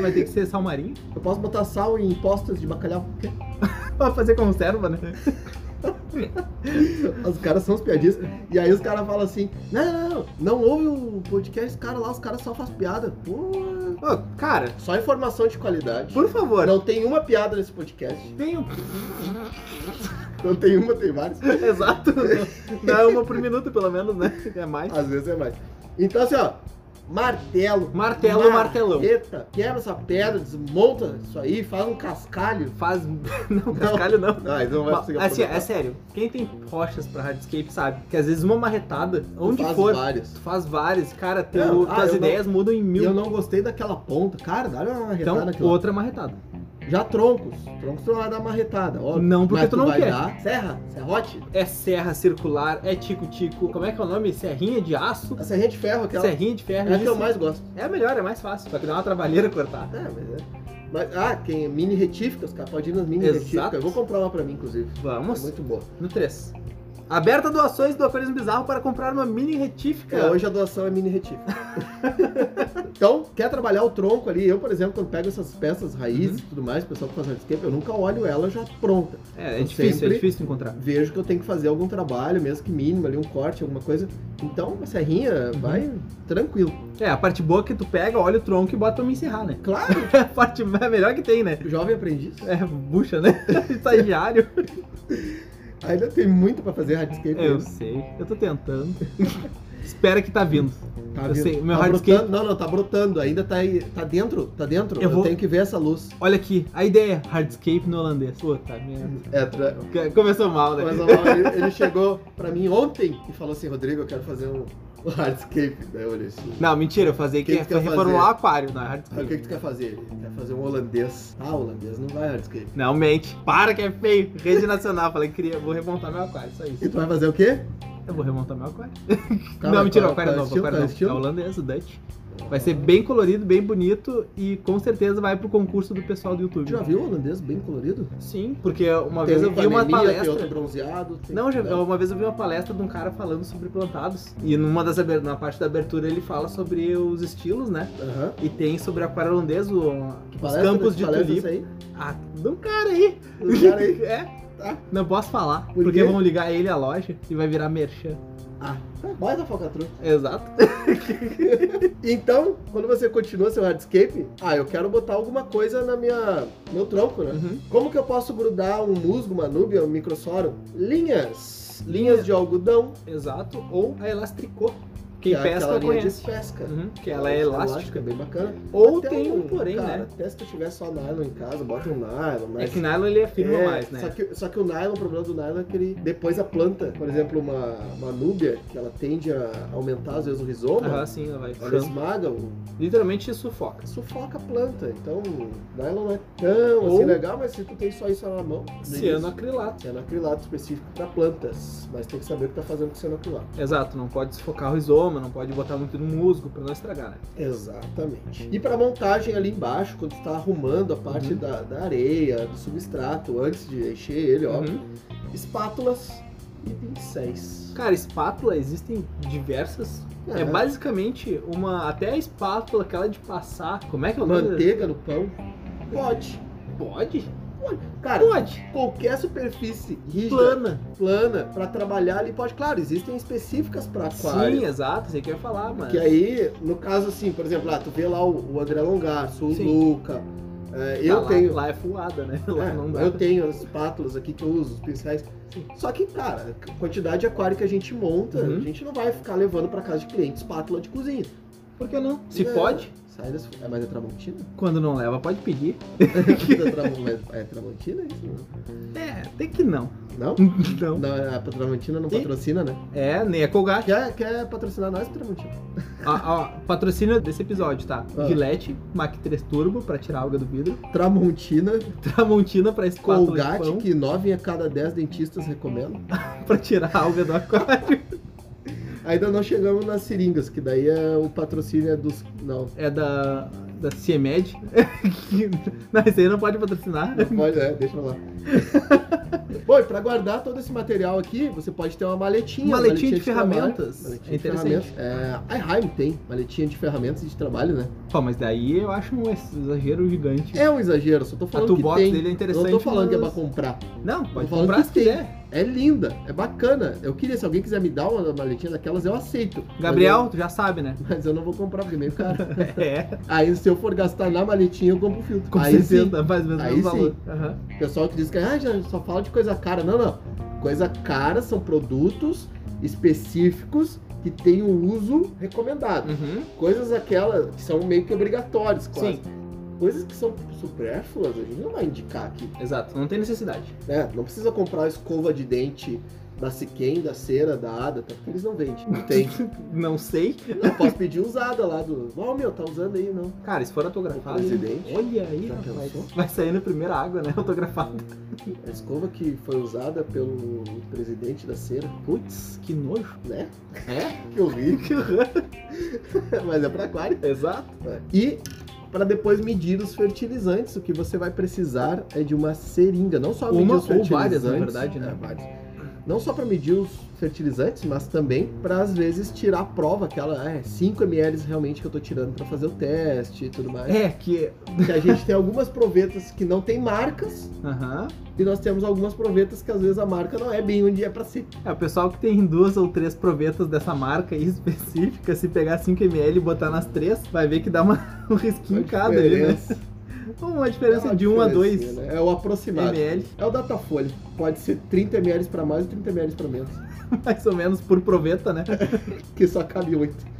[SPEAKER 1] Vai ter que ser salmarinho
[SPEAKER 2] Eu posso botar sal em postas de bacalhau?
[SPEAKER 1] pra fazer conserva, né?
[SPEAKER 2] Os caras são os piadistas. E aí os caras falam assim: não, não, não, não ouve o podcast, os caras lá, os caras só fazem piada. Pô,
[SPEAKER 1] Ô, cara,
[SPEAKER 2] só informação de qualidade.
[SPEAKER 1] por favor, um-
[SPEAKER 2] Não tem uma piada nesse podcast.
[SPEAKER 1] tenho.
[SPEAKER 2] Não tem uma, tem várias.
[SPEAKER 1] Exato! Não é uma por minuto, pelo menos, né? É mais.
[SPEAKER 2] Às vezes é mais. Então assim, ó. Martelo.
[SPEAKER 1] Martelo, martelão.
[SPEAKER 2] Eita, quebra essa pedra, desmonta isso aí, faz um cascalho.
[SPEAKER 1] Faz. Não, cascalho não.
[SPEAKER 2] Não, aí não vai
[SPEAKER 1] Mas,
[SPEAKER 2] conseguir
[SPEAKER 1] assim,
[SPEAKER 2] aproveitar.
[SPEAKER 1] é sério, quem tem rochas pra hardscape sabe que às vezes uma marretada,
[SPEAKER 2] Tu
[SPEAKER 1] onde
[SPEAKER 2] faz
[SPEAKER 1] for,
[SPEAKER 2] várias.
[SPEAKER 1] tu faz várias, cara, teu,
[SPEAKER 2] Não, ah,
[SPEAKER 1] tuas
[SPEAKER 2] eu não-
[SPEAKER 1] ideias mudam em
[SPEAKER 2] E eu
[SPEAKER 1] mil.
[SPEAKER 2] não gostei daquela ponta. Cara, dá uma
[SPEAKER 1] Então,
[SPEAKER 2] marretada aqui.
[SPEAKER 1] outra marretada.
[SPEAKER 2] Já troncos. Troncos tu não vai dar marretada, óbvio.
[SPEAKER 1] Não, porque
[SPEAKER 2] Mas
[SPEAKER 1] tu não
[SPEAKER 2] vai
[SPEAKER 1] quer.
[SPEAKER 2] dar serra, serrote.
[SPEAKER 1] É serra circular, é tico-tico, como é que é o nome? Serrinha de aço,
[SPEAKER 2] A serrinha de ferro, aquela.
[SPEAKER 1] serrinha de ferro.
[SPEAKER 2] É a que eu
[SPEAKER 1] isso.
[SPEAKER 2] mais gosto.
[SPEAKER 1] É a melhor, é mais fácil, só que dá uma trabalheira cortar.
[SPEAKER 2] É, mas é. Mas, ah, quem é mini retífica, os caras podem ir nas mini
[SPEAKER 1] Exato.
[SPEAKER 2] retíficas. Eu vou comprar uma pra mim, inclusive. É
[SPEAKER 1] Vamos
[SPEAKER 2] muito boa.
[SPEAKER 1] no 3. Aberta doações do Aquarismo Bizarro para comprar uma mini retífica.
[SPEAKER 2] É, hoje a doação é mini retífica. então, quer trabalhar o tronco ali? Eu, por exemplo, quando pego essas peças raízes
[SPEAKER 1] Uhum.
[SPEAKER 2] e tudo mais, o pessoal que faz hardscape, eu nunca olho ela já pronta.
[SPEAKER 1] É, é
[SPEAKER 2] eu
[SPEAKER 1] difícil,
[SPEAKER 2] sempre-
[SPEAKER 1] é difícil encontrar.
[SPEAKER 2] Vejo que eu tenho que fazer algum trabalho, mesmo que mínimo ali, um corte, alguma coisa. Então, uma serrinha
[SPEAKER 1] Uhum.
[SPEAKER 2] vai tranquilo.
[SPEAKER 1] É, a parte boa é que tu pega, olha o tronco e bota pra me encerrar, né?
[SPEAKER 2] Claro,
[SPEAKER 1] É a parte é a melhor que tem, né?
[SPEAKER 2] jovem aprendiz.
[SPEAKER 1] É, bucha, né? Estagiário.
[SPEAKER 2] Ainda tem muito pra fazer hardscape.
[SPEAKER 1] Eu
[SPEAKER 2] ainda.
[SPEAKER 1] sei, eu tô tentando. Espera que tá vindo.
[SPEAKER 2] Tá
[SPEAKER 1] eu
[SPEAKER 2] vindo.
[SPEAKER 1] sei, meu
[SPEAKER 2] tá
[SPEAKER 1] hardscape-
[SPEAKER 2] brotando- Não, não, tá brotando. Ainda tá aí. Tá dentro, tá dentro.
[SPEAKER 1] Eu
[SPEAKER 2] Eu,
[SPEAKER 1] vou-
[SPEAKER 2] tenho que ver essa luz.
[SPEAKER 1] Olha aqui, a ideia é hardscape no holandês. Puta merda.
[SPEAKER 2] É, tra...
[SPEAKER 1] Começou mal, né?
[SPEAKER 2] Mas ó, ele, ele chegou pra mim ontem e falou assim, Rodrigo, eu quero fazer um, um hardscape. Daí eu olhei assim.
[SPEAKER 1] Não, mentira, eu fazia
[SPEAKER 2] Que
[SPEAKER 1] que,
[SPEAKER 2] que tu quer
[SPEAKER 1] reformular o
[SPEAKER 2] fazer?
[SPEAKER 1] aquário, não é
[SPEAKER 2] Aí o
[SPEAKER 1] hardscape.
[SPEAKER 2] que, que tu quer fazer? Ele quer fazer um holandês. Ah, holandês não vai hardscape.
[SPEAKER 1] Não, mente. Para que é feio. Rede Nacional. Falei que queria, vou remontar meu aquário, só
[SPEAKER 2] E
[SPEAKER 1] isso.
[SPEAKER 2] tu vai fazer o quê?
[SPEAKER 1] Eu vou remontar meu aquário.
[SPEAKER 2] Tá,
[SPEAKER 1] não,
[SPEAKER 2] mas
[SPEAKER 1] mentira, o
[SPEAKER 2] qual-
[SPEAKER 1] aquário é
[SPEAKER 2] qual
[SPEAKER 1] novo.
[SPEAKER 2] estilo,
[SPEAKER 1] O aquário
[SPEAKER 2] qual
[SPEAKER 1] é novo.
[SPEAKER 2] estilo?
[SPEAKER 1] É holandês, o Dutch. Vai ser bem colorido, bem bonito e com certeza vai pro concurso do pessoal do YouTube.
[SPEAKER 2] Tu já viu o holandês bem colorido?
[SPEAKER 1] Sim, porque uma
[SPEAKER 2] Tem
[SPEAKER 1] vez É eu
[SPEAKER 2] um
[SPEAKER 1] vi uma
[SPEAKER 2] panelinha,
[SPEAKER 1] palestra.
[SPEAKER 2] Tem É. outro bronzeado. tem-
[SPEAKER 1] Não, já- uma vez eu vi uma palestra de um cara falando sobre plantados. E numa das aber- na parte da abertura ele fala sobre os estilos, né?
[SPEAKER 2] Aham.
[SPEAKER 1] E tem sobre aquário holandês, o,
[SPEAKER 2] Que
[SPEAKER 1] os
[SPEAKER 2] palestra?
[SPEAKER 1] campos
[SPEAKER 2] Que
[SPEAKER 1] de
[SPEAKER 2] palestra
[SPEAKER 1] tulipa.
[SPEAKER 2] isso
[SPEAKER 1] Ah, de um cara aí.
[SPEAKER 2] aí? Do cara aí?
[SPEAKER 1] é.
[SPEAKER 2] Tá.
[SPEAKER 1] Não posso falar,
[SPEAKER 2] Por
[SPEAKER 1] porque
[SPEAKER 2] quê?
[SPEAKER 1] vão ligar ele à loja e vai virar merchan.
[SPEAKER 2] Ah, tá, mais a falcatrua.
[SPEAKER 1] Exato.
[SPEAKER 2] Então, quando você continua seu hardscape, ah, eu quero botar alguma coisa na minha meu tronco, né?
[SPEAKER 1] Uhum.
[SPEAKER 2] Como que eu posso grudar um musgo, uma núbia, um microsoro? Linhas. Linhas de algodão,
[SPEAKER 1] Exato. Ou a Elastricô.
[SPEAKER 2] que
[SPEAKER 1] Quem
[SPEAKER 2] é aquela
[SPEAKER 1] pesca
[SPEAKER 2] linha
[SPEAKER 1] conhece.
[SPEAKER 2] de pesca.
[SPEAKER 1] Uhum, que ela é elástica.
[SPEAKER 2] bem bacana.
[SPEAKER 1] Ou
[SPEAKER 2] Até
[SPEAKER 1] tem um porém,
[SPEAKER 2] cara,
[SPEAKER 1] né?
[SPEAKER 2] Até se tu tiver só nylon em casa, bota um nylon, mas...
[SPEAKER 1] É que nylon ele afirma
[SPEAKER 2] É,
[SPEAKER 1] mais, né?
[SPEAKER 2] Só que, só que o nylon, o problema do nylon é que ele, depois a planta, por exemplo, uma, uma núbia, que ela tende a aumentar às vezes o rizoma,
[SPEAKER 1] Aham, sim, ela vai
[SPEAKER 2] ela
[SPEAKER 1] puxando.
[SPEAKER 2] esmaga, o-
[SPEAKER 1] Literalmente sufoca.
[SPEAKER 2] sufoca a planta. Então, o nylon não é tão
[SPEAKER 1] Ou-
[SPEAKER 2] assim legal, mas se tu tem só isso na mão, no início,
[SPEAKER 1] Cianoacrilato.
[SPEAKER 2] cianoacrilato específico para plantas, mas tem que saber o que tá fazendo com o cianoacrilato.
[SPEAKER 1] Exato, não pode sufocar o rizoma, não pode botar muito no musgo pra não estragar, né?
[SPEAKER 2] Exatamente. E para montagem ali embaixo, quando tu tá arrumando a parte
[SPEAKER 1] Uhum.
[SPEAKER 2] da, da areia, do substrato, antes de encher ele, ó,
[SPEAKER 1] Uhum.
[SPEAKER 2] espátulas e pincéis.
[SPEAKER 1] Cara, espátula existem diversas. É.
[SPEAKER 2] Aham.
[SPEAKER 1] basicamente uma. Até a espátula, aquela de passar. Como é que é o nome?
[SPEAKER 2] Manteiga no pão? Pode.
[SPEAKER 1] Pode?
[SPEAKER 2] Cara,
[SPEAKER 1] Pode.
[SPEAKER 2] qualquer superfície rígida,
[SPEAKER 1] Plana.
[SPEAKER 2] plana, pra trabalhar ali pode. Claro, existem específicas pra aquário.
[SPEAKER 1] Sim, é, exato, você quer falar, tá mano.
[SPEAKER 2] Que aí, no caso assim, por exemplo, lá, tu vê lá o, o André Longarço, o
[SPEAKER 1] Sim.
[SPEAKER 2] Luca. é, eu
[SPEAKER 1] Ah, lá,
[SPEAKER 2] tenho.
[SPEAKER 1] Lá é fuada, né? Lá
[SPEAKER 2] é,
[SPEAKER 1] não dá.
[SPEAKER 2] eu tenho as espátulas aqui que eu uso, os pincéis.
[SPEAKER 1] Sim.
[SPEAKER 2] Só que, cara, a quantidade de aquário que a gente monta,
[SPEAKER 1] Uhum.
[SPEAKER 2] a gente não vai ficar levando pra casa de cliente espátula de cozinha.
[SPEAKER 1] Por que não? Se
[SPEAKER 2] É,
[SPEAKER 1] pode,
[SPEAKER 2] Sai das... É, mas é Tramontina?
[SPEAKER 1] quando não leva, pode pedir.
[SPEAKER 2] é, Tramon- mas é Tramontina isso? não?
[SPEAKER 1] É, até que não.
[SPEAKER 2] Não?
[SPEAKER 1] Não.
[SPEAKER 2] Não, é, a Tramontina não
[SPEAKER 1] Ih.
[SPEAKER 2] patrocina, né?
[SPEAKER 1] É, nem é Colgate.
[SPEAKER 2] Quer, quer patrocinar nós, Tramontina?
[SPEAKER 1] Ó, ó, patrocínio desse episódio, tá?
[SPEAKER 2] Ah.
[SPEAKER 1] Gillette, Mac 3 Turbo pra tirar a alga do vidro.
[SPEAKER 2] Tramontina,
[SPEAKER 1] Tramontina pra espátula de
[SPEAKER 2] Colgate,
[SPEAKER 1] pão.
[SPEAKER 2] que 9 a cada 10 dentistas recomendam.
[SPEAKER 1] pra tirar a alga do aquário.
[SPEAKER 2] Ainda não chegamos nas seringas, que daí é o patrocínio é dos. Não,
[SPEAKER 1] É da, da CIEMED. não, isso aí não pode patrocinar.
[SPEAKER 2] não pode, é, deixa lá. Bom, e pra guardar todo esse material aqui, você pode ter uma maletinha.
[SPEAKER 1] Uma maletinha de
[SPEAKER 2] trabalho.
[SPEAKER 1] ferramentas.
[SPEAKER 2] Maletinha
[SPEAKER 1] É
[SPEAKER 2] de
[SPEAKER 1] interessante.
[SPEAKER 2] ferramentas. É, a Iheim tem maletinha de ferramentas de trabalho, né?
[SPEAKER 1] Pô, mas daí eu acho um exagero gigante.
[SPEAKER 2] É um exagero, só tô
[SPEAKER 1] a
[SPEAKER 2] falando que
[SPEAKER 1] toolbox
[SPEAKER 2] tem.
[SPEAKER 1] dele é
[SPEAKER 2] Eu
[SPEAKER 1] interessante.
[SPEAKER 2] não tô falando que é pra
[SPEAKER 1] mas-
[SPEAKER 2] comprar.
[SPEAKER 1] Não, pode
[SPEAKER 2] tô falando
[SPEAKER 1] comprar
[SPEAKER 2] que
[SPEAKER 1] se
[SPEAKER 2] tem.
[SPEAKER 1] quiser.
[SPEAKER 2] É linda, é bacana. Eu queria, se alguém quiser me dar uma maletinha daquelas, eu aceito.
[SPEAKER 1] Gabriel, tu já sabe, né?
[SPEAKER 2] Mas eu, mas eu não vou comprar porque é meio caro.
[SPEAKER 1] É,
[SPEAKER 2] Aí se eu for gastar na maletinha, eu compro o filtro.
[SPEAKER 1] com
[SPEAKER 2] Aí sim,
[SPEAKER 1] certeza, mais ou menos o
[SPEAKER 2] Aí
[SPEAKER 1] mesmo valor. Aham.
[SPEAKER 2] o pessoal que diz que ah, já só fala de coisa cara. Não, não. Coisa cara são produtos específicos que tem o uso recomendado.
[SPEAKER 1] Uhum.
[SPEAKER 2] Coisas aquelas que são meio que obrigatórias, quase.
[SPEAKER 1] Sim,
[SPEAKER 2] Coisas que são supérfluas, a gente não vai indicar aqui.
[SPEAKER 1] exato. Não tem necessidade.
[SPEAKER 2] né? Não precisa comprar escova de dente da Siquem, da Cera, da Ada, até porque eles não vendem. Não tem.
[SPEAKER 1] Não sei.
[SPEAKER 2] Não, posso pedir usada lá do. Ó, meu, tá usando aí, não.
[SPEAKER 1] Cara, se for autografado.
[SPEAKER 2] O presidente.
[SPEAKER 1] Olha aí,
[SPEAKER 2] Já pensou?
[SPEAKER 1] rapaz. Vai sair na primeira água, né? Autografado.
[SPEAKER 2] A escova que foi usada pelo presidente da Cera,
[SPEAKER 1] Putz, que nojo.
[SPEAKER 2] né?
[SPEAKER 1] É?
[SPEAKER 2] Que eu vi,
[SPEAKER 1] Que horror.
[SPEAKER 2] mas é pra aquário.
[SPEAKER 1] Exato.
[SPEAKER 2] E para depois medir os fertilizantes, o que você vai precisar é de uma seringa, não só
[SPEAKER 1] Uma
[SPEAKER 2] medir os
[SPEAKER 1] ou várias,
[SPEAKER 2] fertilizantes,
[SPEAKER 1] na verdade, né?
[SPEAKER 2] É, vários. Não só para medir os fertilizantes, mas também para às vezes tirar a prova, aquela é, 5 ml realmente que eu tô tirando para fazer o teste e tudo mais.
[SPEAKER 1] É, que.
[SPEAKER 2] Porque a gente tem algumas provetas que não tem marcas
[SPEAKER 1] Aham.
[SPEAKER 2] e nós temos algumas provetas que às vezes a marca não é bem onde é para ser.
[SPEAKER 1] É, o pessoal que tem duas ou três provetas dessa marca aí específica, se pegar 5ml e botar nas três, vai ver que dá uma, um risquinho em
[SPEAKER 2] Uma
[SPEAKER 1] cada ali, né?
[SPEAKER 2] diferença.
[SPEAKER 1] Uma
[SPEAKER 2] É
[SPEAKER 1] diferença
[SPEAKER 2] uma
[SPEAKER 1] de 1 a
[SPEAKER 2] diferencinha,
[SPEAKER 1] 2
[SPEAKER 2] né? É o aproximado.
[SPEAKER 1] ml,
[SPEAKER 2] É o Datafolha. Pode ser 30 ml para mais e 30 ml para menos.
[SPEAKER 1] mais ou menos, por proveta, né?
[SPEAKER 2] que só cabe oito.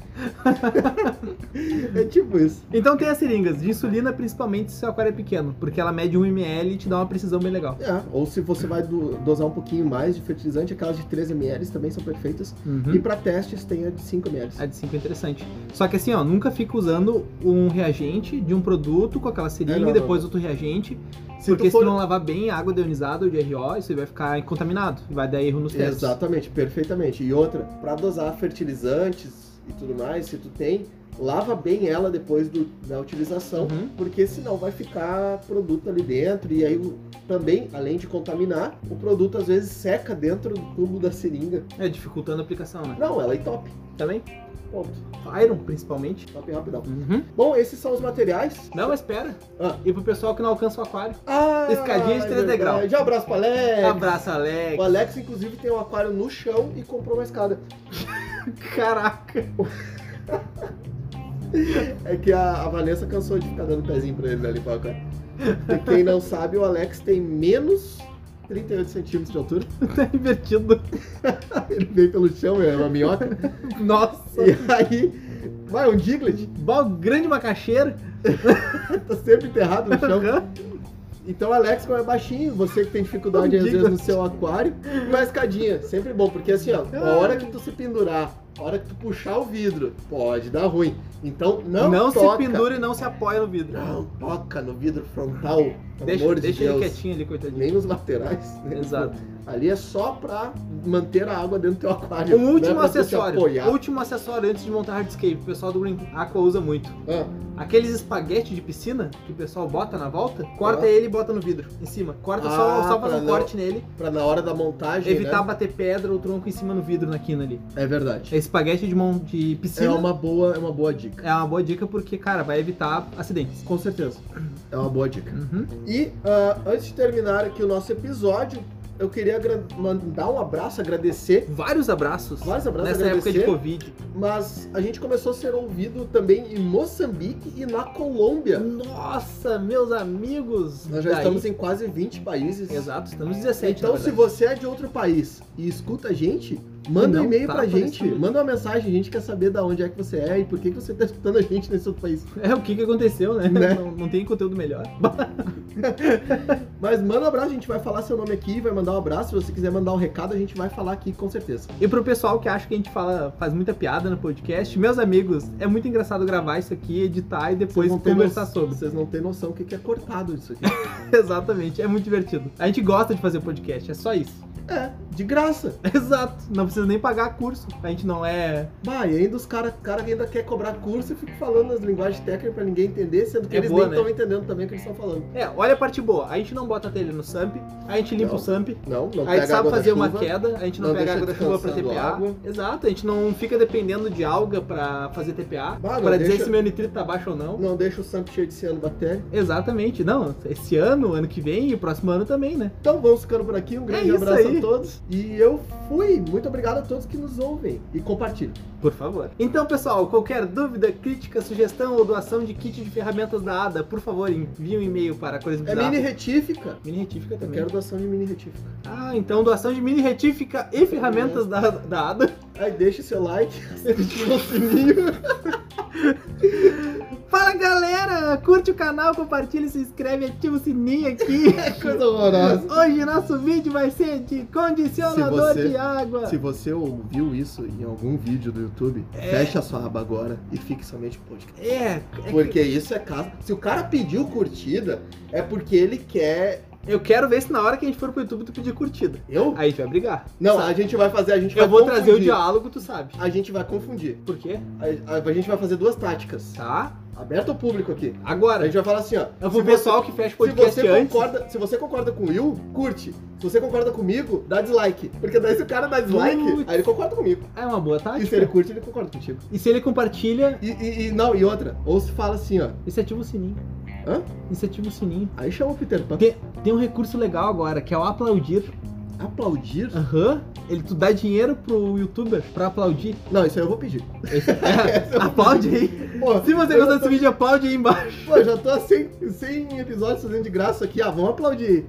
[SPEAKER 2] é tipo isso.
[SPEAKER 1] Então tem as seringas de insulina, principalmente se o aquário é pequeno, porque ela mede 1ml e te dá uma precisão bem legal.
[SPEAKER 2] É, ou se você vai do- dosar um pouquinho mais de fertilizante, aquelas de 3 ml também são perfeitas. E
[SPEAKER 1] Uhum.
[SPEAKER 2] para testes tem a de 5 ml.
[SPEAKER 1] A de 5 é interessante. Só que assim, ó, nunca fica usando um reagente de um produto com aquela seringa
[SPEAKER 2] É, não,
[SPEAKER 1] e depois
[SPEAKER 2] não.
[SPEAKER 1] outro reagente.
[SPEAKER 2] Se
[SPEAKER 1] Porque
[SPEAKER 2] tu for...
[SPEAKER 1] se tu não lavar bem a água deionizada ou de RO, isso aí vai ficar contaminado. Vai dar erro nos testes.
[SPEAKER 2] Exatamente, perfeitamente. E outra, pra dosar fertilizantes e tudo mais, se tu tem, lava bem ela depois do- da utilização,
[SPEAKER 1] Uhum.
[SPEAKER 2] porque senão vai ficar produto ali dentro e aí o- também, além de contaminar, o produto às vezes seca dentro do tubo da seringa.
[SPEAKER 1] É, dificultando a aplicação, né?
[SPEAKER 2] Não, ela entope.
[SPEAKER 1] Também.
[SPEAKER 2] Ponto.
[SPEAKER 1] Iron, principalmente.
[SPEAKER 2] Top rapidão.
[SPEAKER 1] Uhum.
[SPEAKER 2] Bom, esses são os materiais.
[SPEAKER 1] Não, mas espera.
[SPEAKER 2] Ah.
[SPEAKER 1] E pro pessoal que não alcança o aquário,
[SPEAKER 2] Ah,
[SPEAKER 1] Escadinha de três
[SPEAKER 2] é verdade.
[SPEAKER 1] degrau.
[SPEAKER 2] Já abraço pra Alex.
[SPEAKER 1] abraço, Alex.
[SPEAKER 2] O Alex, inclusive, tem um aquário no chão e comprou uma escada.
[SPEAKER 1] Caraca.
[SPEAKER 2] É que a, a Vanessa cansou de ficar dando pezinho pra ele ali pra cá. E quem não sabe, o Alex tem menos 38 centímetros de altura.
[SPEAKER 1] Tá invertido.
[SPEAKER 2] Ele veio pelo chão, é uma minhoca.
[SPEAKER 1] Nossa.
[SPEAKER 2] E aí, vai, um Diglett.
[SPEAKER 1] Bom, grande macaxeiro.
[SPEAKER 2] Tá sempre enterrado no chão.
[SPEAKER 1] Aham.
[SPEAKER 2] Então, Alex, como é baixinho, você que tem
[SPEAKER 1] Um
[SPEAKER 2] dificuldade às vezes
[SPEAKER 1] Diglett.
[SPEAKER 2] no seu aquário, uma escadinha. Sempre bom, porque assim, ó, a hora que tu se pendurar, a hora que tu puxar o vidro, pode dar ruim. Então, não,
[SPEAKER 1] Não,
[SPEAKER 2] toca.
[SPEAKER 1] se pendura e não se apoia no vidro.
[SPEAKER 2] Não toca no vidro frontal, pelo
[SPEAKER 1] Deixa,
[SPEAKER 2] amor de
[SPEAKER 1] deixa ele
[SPEAKER 2] Deus.
[SPEAKER 1] quietinho ali, coitadinho.
[SPEAKER 2] nem nos laterais. né?
[SPEAKER 1] Exato.
[SPEAKER 2] Ali é só pra manter a água dentro do teu aquário.
[SPEAKER 1] Um último
[SPEAKER 2] não é pra tu te
[SPEAKER 1] acessório. Um
[SPEAKER 2] apoiar.
[SPEAKER 1] Último acessório antes de montar hardscape. O pessoal do Green Aqua usa muito.
[SPEAKER 2] Ah,
[SPEAKER 1] Aqueles espaguete de piscina que o pessoal bota na volta, corta
[SPEAKER 2] Ah.
[SPEAKER 1] ele e bota no vidro, em cima. Corta só,
[SPEAKER 2] Ah,
[SPEAKER 1] só faz
[SPEAKER 2] pra
[SPEAKER 1] um
[SPEAKER 2] não-
[SPEAKER 1] corte nele,
[SPEAKER 2] pra na hora da montagem.
[SPEAKER 1] evitar
[SPEAKER 2] né?
[SPEAKER 1] bater pedra ou tronco em cima no vidro na quina ali.
[SPEAKER 2] É verdade.
[SPEAKER 1] É espaguete de mão de
[SPEAKER 2] É
[SPEAKER 1] piscina.
[SPEAKER 2] uma boa, é uma boa dica.
[SPEAKER 1] é uma boa dica porque, cara, vai evitar acidentes.
[SPEAKER 2] Com certeza. É uma boa dica.
[SPEAKER 1] Uhum.
[SPEAKER 2] E ah, antes de terminar aqui o nosso episódio, eu queria agra- mandar um abraço, agradecer.
[SPEAKER 1] Vários abraços.
[SPEAKER 2] Vários abraços,
[SPEAKER 1] Nessa época
[SPEAKER 2] agradecer.
[SPEAKER 1] de Covid.
[SPEAKER 2] Mas a gente começou a ser ouvido também em Moçambique e na Colômbia.
[SPEAKER 1] Nossa, meus amigos!
[SPEAKER 2] Nós já
[SPEAKER 1] Daí-
[SPEAKER 2] estamos em quase 20 países.
[SPEAKER 1] Exato, estamos 17.
[SPEAKER 2] Então,
[SPEAKER 1] na
[SPEAKER 2] se
[SPEAKER 1] verdade.
[SPEAKER 2] você é de outro país e escuta a gente, manda um
[SPEAKER 1] Não
[SPEAKER 2] e-mail
[SPEAKER 1] tá
[SPEAKER 2] pra gente,
[SPEAKER 1] aparecendo.
[SPEAKER 2] manda uma mensagem, a gente quer saber da onde é que você é e por que, que você tá escutando a gente nesse outro país.
[SPEAKER 1] É o que, que aconteceu, né?
[SPEAKER 2] Né?
[SPEAKER 1] Não, não tem conteúdo melhor.
[SPEAKER 2] Mas manda um abraço, a gente vai falar seu nome aqui, vai mandar um abraço. Se você quiser mandar um recado, a gente vai falar aqui com certeza.
[SPEAKER 1] E pro pessoal que acha que a gente fala, faz muita piada no podcast, meus amigos, é muito engraçado gravar isso aqui, editar e depois
[SPEAKER 2] não têm
[SPEAKER 1] conversar
[SPEAKER 2] noção-
[SPEAKER 1] sobre.
[SPEAKER 2] Vocês não têm noção o que, que é cortado isso aqui.
[SPEAKER 1] Exatamente, é muito divertido. A gente gosta de fazer podcast, é só isso.
[SPEAKER 2] é, de graça.
[SPEAKER 1] Exato, não precisa nem pagar curso. A gente não é.
[SPEAKER 2] Bah, e ainda os caras cara que ainda quer cobrar curso e fica falando as linguagens técnicas pra ninguém entender, sendo que
[SPEAKER 1] É
[SPEAKER 2] eles
[SPEAKER 1] boa,
[SPEAKER 2] nem
[SPEAKER 1] né?
[SPEAKER 2] estão entendendo também o que eles estão falando.
[SPEAKER 1] É, olha a parte boa. A gente não bota a telha no SAMP, a gente limpa
[SPEAKER 2] Não.
[SPEAKER 1] o SAMP,
[SPEAKER 2] Não, não
[SPEAKER 1] a gente
[SPEAKER 2] pega
[SPEAKER 1] sabe
[SPEAKER 2] água da
[SPEAKER 1] fazer uma
[SPEAKER 2] chuva.
[SPEAKER 1] queda, a gente não,
[SPEAKER 2] não
[SPEAKER 1] pega
[SPEAKER 2] deixa
[SPEAKER 1] água da chuva pra
[SPEAKER 2] descansando
[SPEAKER 1] TPA.
[SPEAKER 2] água.
[SPEAKER 1] Exato, a gente não fica dependendo de alga pra fazer TPA,
[SPEAKER 2] Ah, não,
[SPEAKER 1] pra dizer
[SPEAKER 2] deixa-
[SPEAKER 1] se meu nitrito tá baixo ou não.
[SPEAKER 2] Não deixa o sangue cheio de cianobactéria.
[SPEAKER 1] Exatamente, não. Esse ano, ano que vem e o próximo ano também, né?
[SPEAKER 2] Então vamos ficando por aqui. Um grande
[SPEAKER 1] É isso
[SPEAKER 2] abraço
[SPEAKER 1] aí.
[SPEAKER 2] a todos. E eu fui. Muito obrigado a todos que nos ouvem. E compartilhem.
[SPEAKER 1] Por favor. Então, pessoal, qualquer dúvida, crítica, sugestão ou doação de kit de ferramentas da ADA, por favor, envie um e-mail para coisas
[SPEAKER 2] É mini retífica.
[SPEAKER 1] Mini retífica
[SPEAKER 2] Eu
[SPEAKER 1] também.
[SPEAKER 2] quero doação de mini retífica.
[SPEAKER 1] Ah, então doação de mini retífica e ferramentas da, da ADA.
[SPEAKER 2] Aí deixa seu like, ativa o sininho.
[SPEAKER 1] Fala galera! Curte o canal, compartilha, se inscreve, ativa o sininho aqui.
[SPEAKER 2] É coisa horrorosa.
[SPEAKER 1] Hoje nosso vídeo vai ser de condicionador
[SPEAKER 2] Se você-
[SPEAKER 1] de água.
[SPEAKER 2] Se você ouviu isso em algum vídeo do YouTube, fecha a sua aba agora e fique somente com o podcast.
[SPEAKER 1] É, é que
[SPEAKER 2] Porque isso é caso. Se o cara pediu curtida, é porque ele quer.
[SPEAKER 1] eu quero ver se na hora que a gente for pro YouTube tu pedir curtida.
[SPEAKER 2] Eu?
[SPEAKER 1] Aí a gente vai brigar.
[SPEAKER 2] Não,
[SPEAKER 1] sabe?
[SPEAKER 2] a gente vai fazer. A gente vai
[SPEAKER 1] Eu vou trazer o
[SPEAKER 2] confundir.
[SPEAKER 1] diálogo, tu sabe.
[SPEAKER 2] A gente vai confundir.
[SPEAKER 1] Por quê?
[SPEAKER 2] A, a- a gente vai fazer duas táticas.
[SPEAKER 1] Tá?
[SPEAKER 2] Aberto ao público aqui. A
[SPEAKER 1] Agora,
[SPEAKER 2] gente vai falar assim, ó.
[SPEAKER 1] eu vou pro
[SPEAKER 2] se você-
[SPEAKER 1] pessoal que fecha o
[SPEAKER 2] se
[SPEAKER 1] podcast
[SPEAKER 2] você
[SPEAKER 1] antes.
[SPEAKER 2] concorda, se você concorda com o Will, curte. Se você concorda comigo, dá dislike. Porque daí se o cara dá dislike,
[SPEAKER 1] Putz.
[SPEAKER 2] aí ele concorda comigo.
[SPEAKER 1] É uma boa
[SPEAKER 2] E
[SPEAKER 1] tática.
[SPEAKER 2] se ele curte, ele concorda contigo.
[SPEAKER 1] compartilha,
[SPEAKER 2] E, e- e- não, e outra, ou se fala assim, ó.
[SPEAKER 1] e se ativa o sininho.
[SPEAKER 2] Hã?
[SPEAKER 1] E se ativa o sininho.
[SPEAKER 2] Aí chama o Peter Pan.
[SPEAKER 1] Tem, tem um recurso legal agora, que é o aplaudir.
[SPEAKER 2] Aplaudir?
[SPEAKER 1] Aham. Ele tu dá dinheiro pro youtuber pra aplaudir.
[SPEAKER 2] Não, isso aí eu vou pedir.
[SPEAKER 1] aplaude aí.
[SPEAKER 2] Pô,
[SPEAKER 1] Se você
[SPEAKER 2] eu,
[SPEAKER 1] gostou desse vídeo, aplaude aí embaixo.
[SPEAKER 2] pô, eu já tô há 100, 100 episódios fazendo de graça aqui, ah, vamos aplaudir.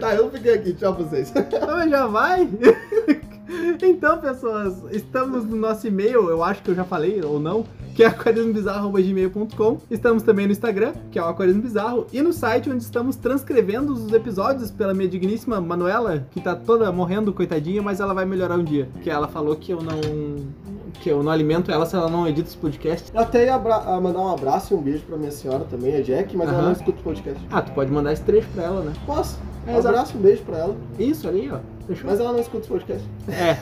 [SPEAKER 2] tá, eu fiquei aqui, tchau pra vocês.
[SPEAKER 1] Ah, mas já vai? Então, pessoas, estamos no nosso e-mail, eu acho que eu já falei ou não, que é aquarismobizarro.gmail.com. Estamos também no Instagram, que é o Aquarismo Bizarro, e no site onde estamos transcrevendo os episódios pela minha digníssima Manuela, que tá toda morrendo, coitadinha, mas ela vai melhorar um dia. Que ela falou que eu não. que eu não alimento ela se ela não edita esse podcast.
[SPEAKER 2] Eu até ia abra- ah, mandar um abraço e um beijo pra minha senhora também, a Jack, mas ela
[SPEAKER 1] Aham.
[SPEAKER 2] não escuta o podcast.
[SPEAKER 1] Ah, tu pode mandar esse trecho pra ela, né?
[SPEAKER 2] Posso?
[SPEAKER 1] É,
[SPEAKER 2] um
[SPEAKER 1] exato.
[SPEAKER 2] abraço, um beijo pra ela,
[SPEAKER 1] Isso ali, ó. Fechou?
[SPEAKER 2] mas ela não escuta o podcast.
[SPEAKER 1] É.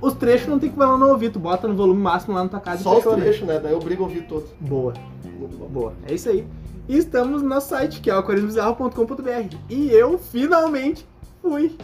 [SPEAKER 1] Os trechos não tem que ela não ouvir, tu bota no volume máximo lá na tua casa
[SPEAKER 2] Só
[SPEAKER 1] e
[SPEAKER 2] os
[SPEAKER 1] fechou, né?
[SPEAKER 2] trechos, né? Daí eu brigo a ouvir todos.
[SPEAKER 1] Boa.
[SPEAKER 2] Muito bom.
[SPEAKER 1] Boa, é isso aí. E estamos no nosso site, que é o aquarismobizarro.com.br. E eu finalmente fui.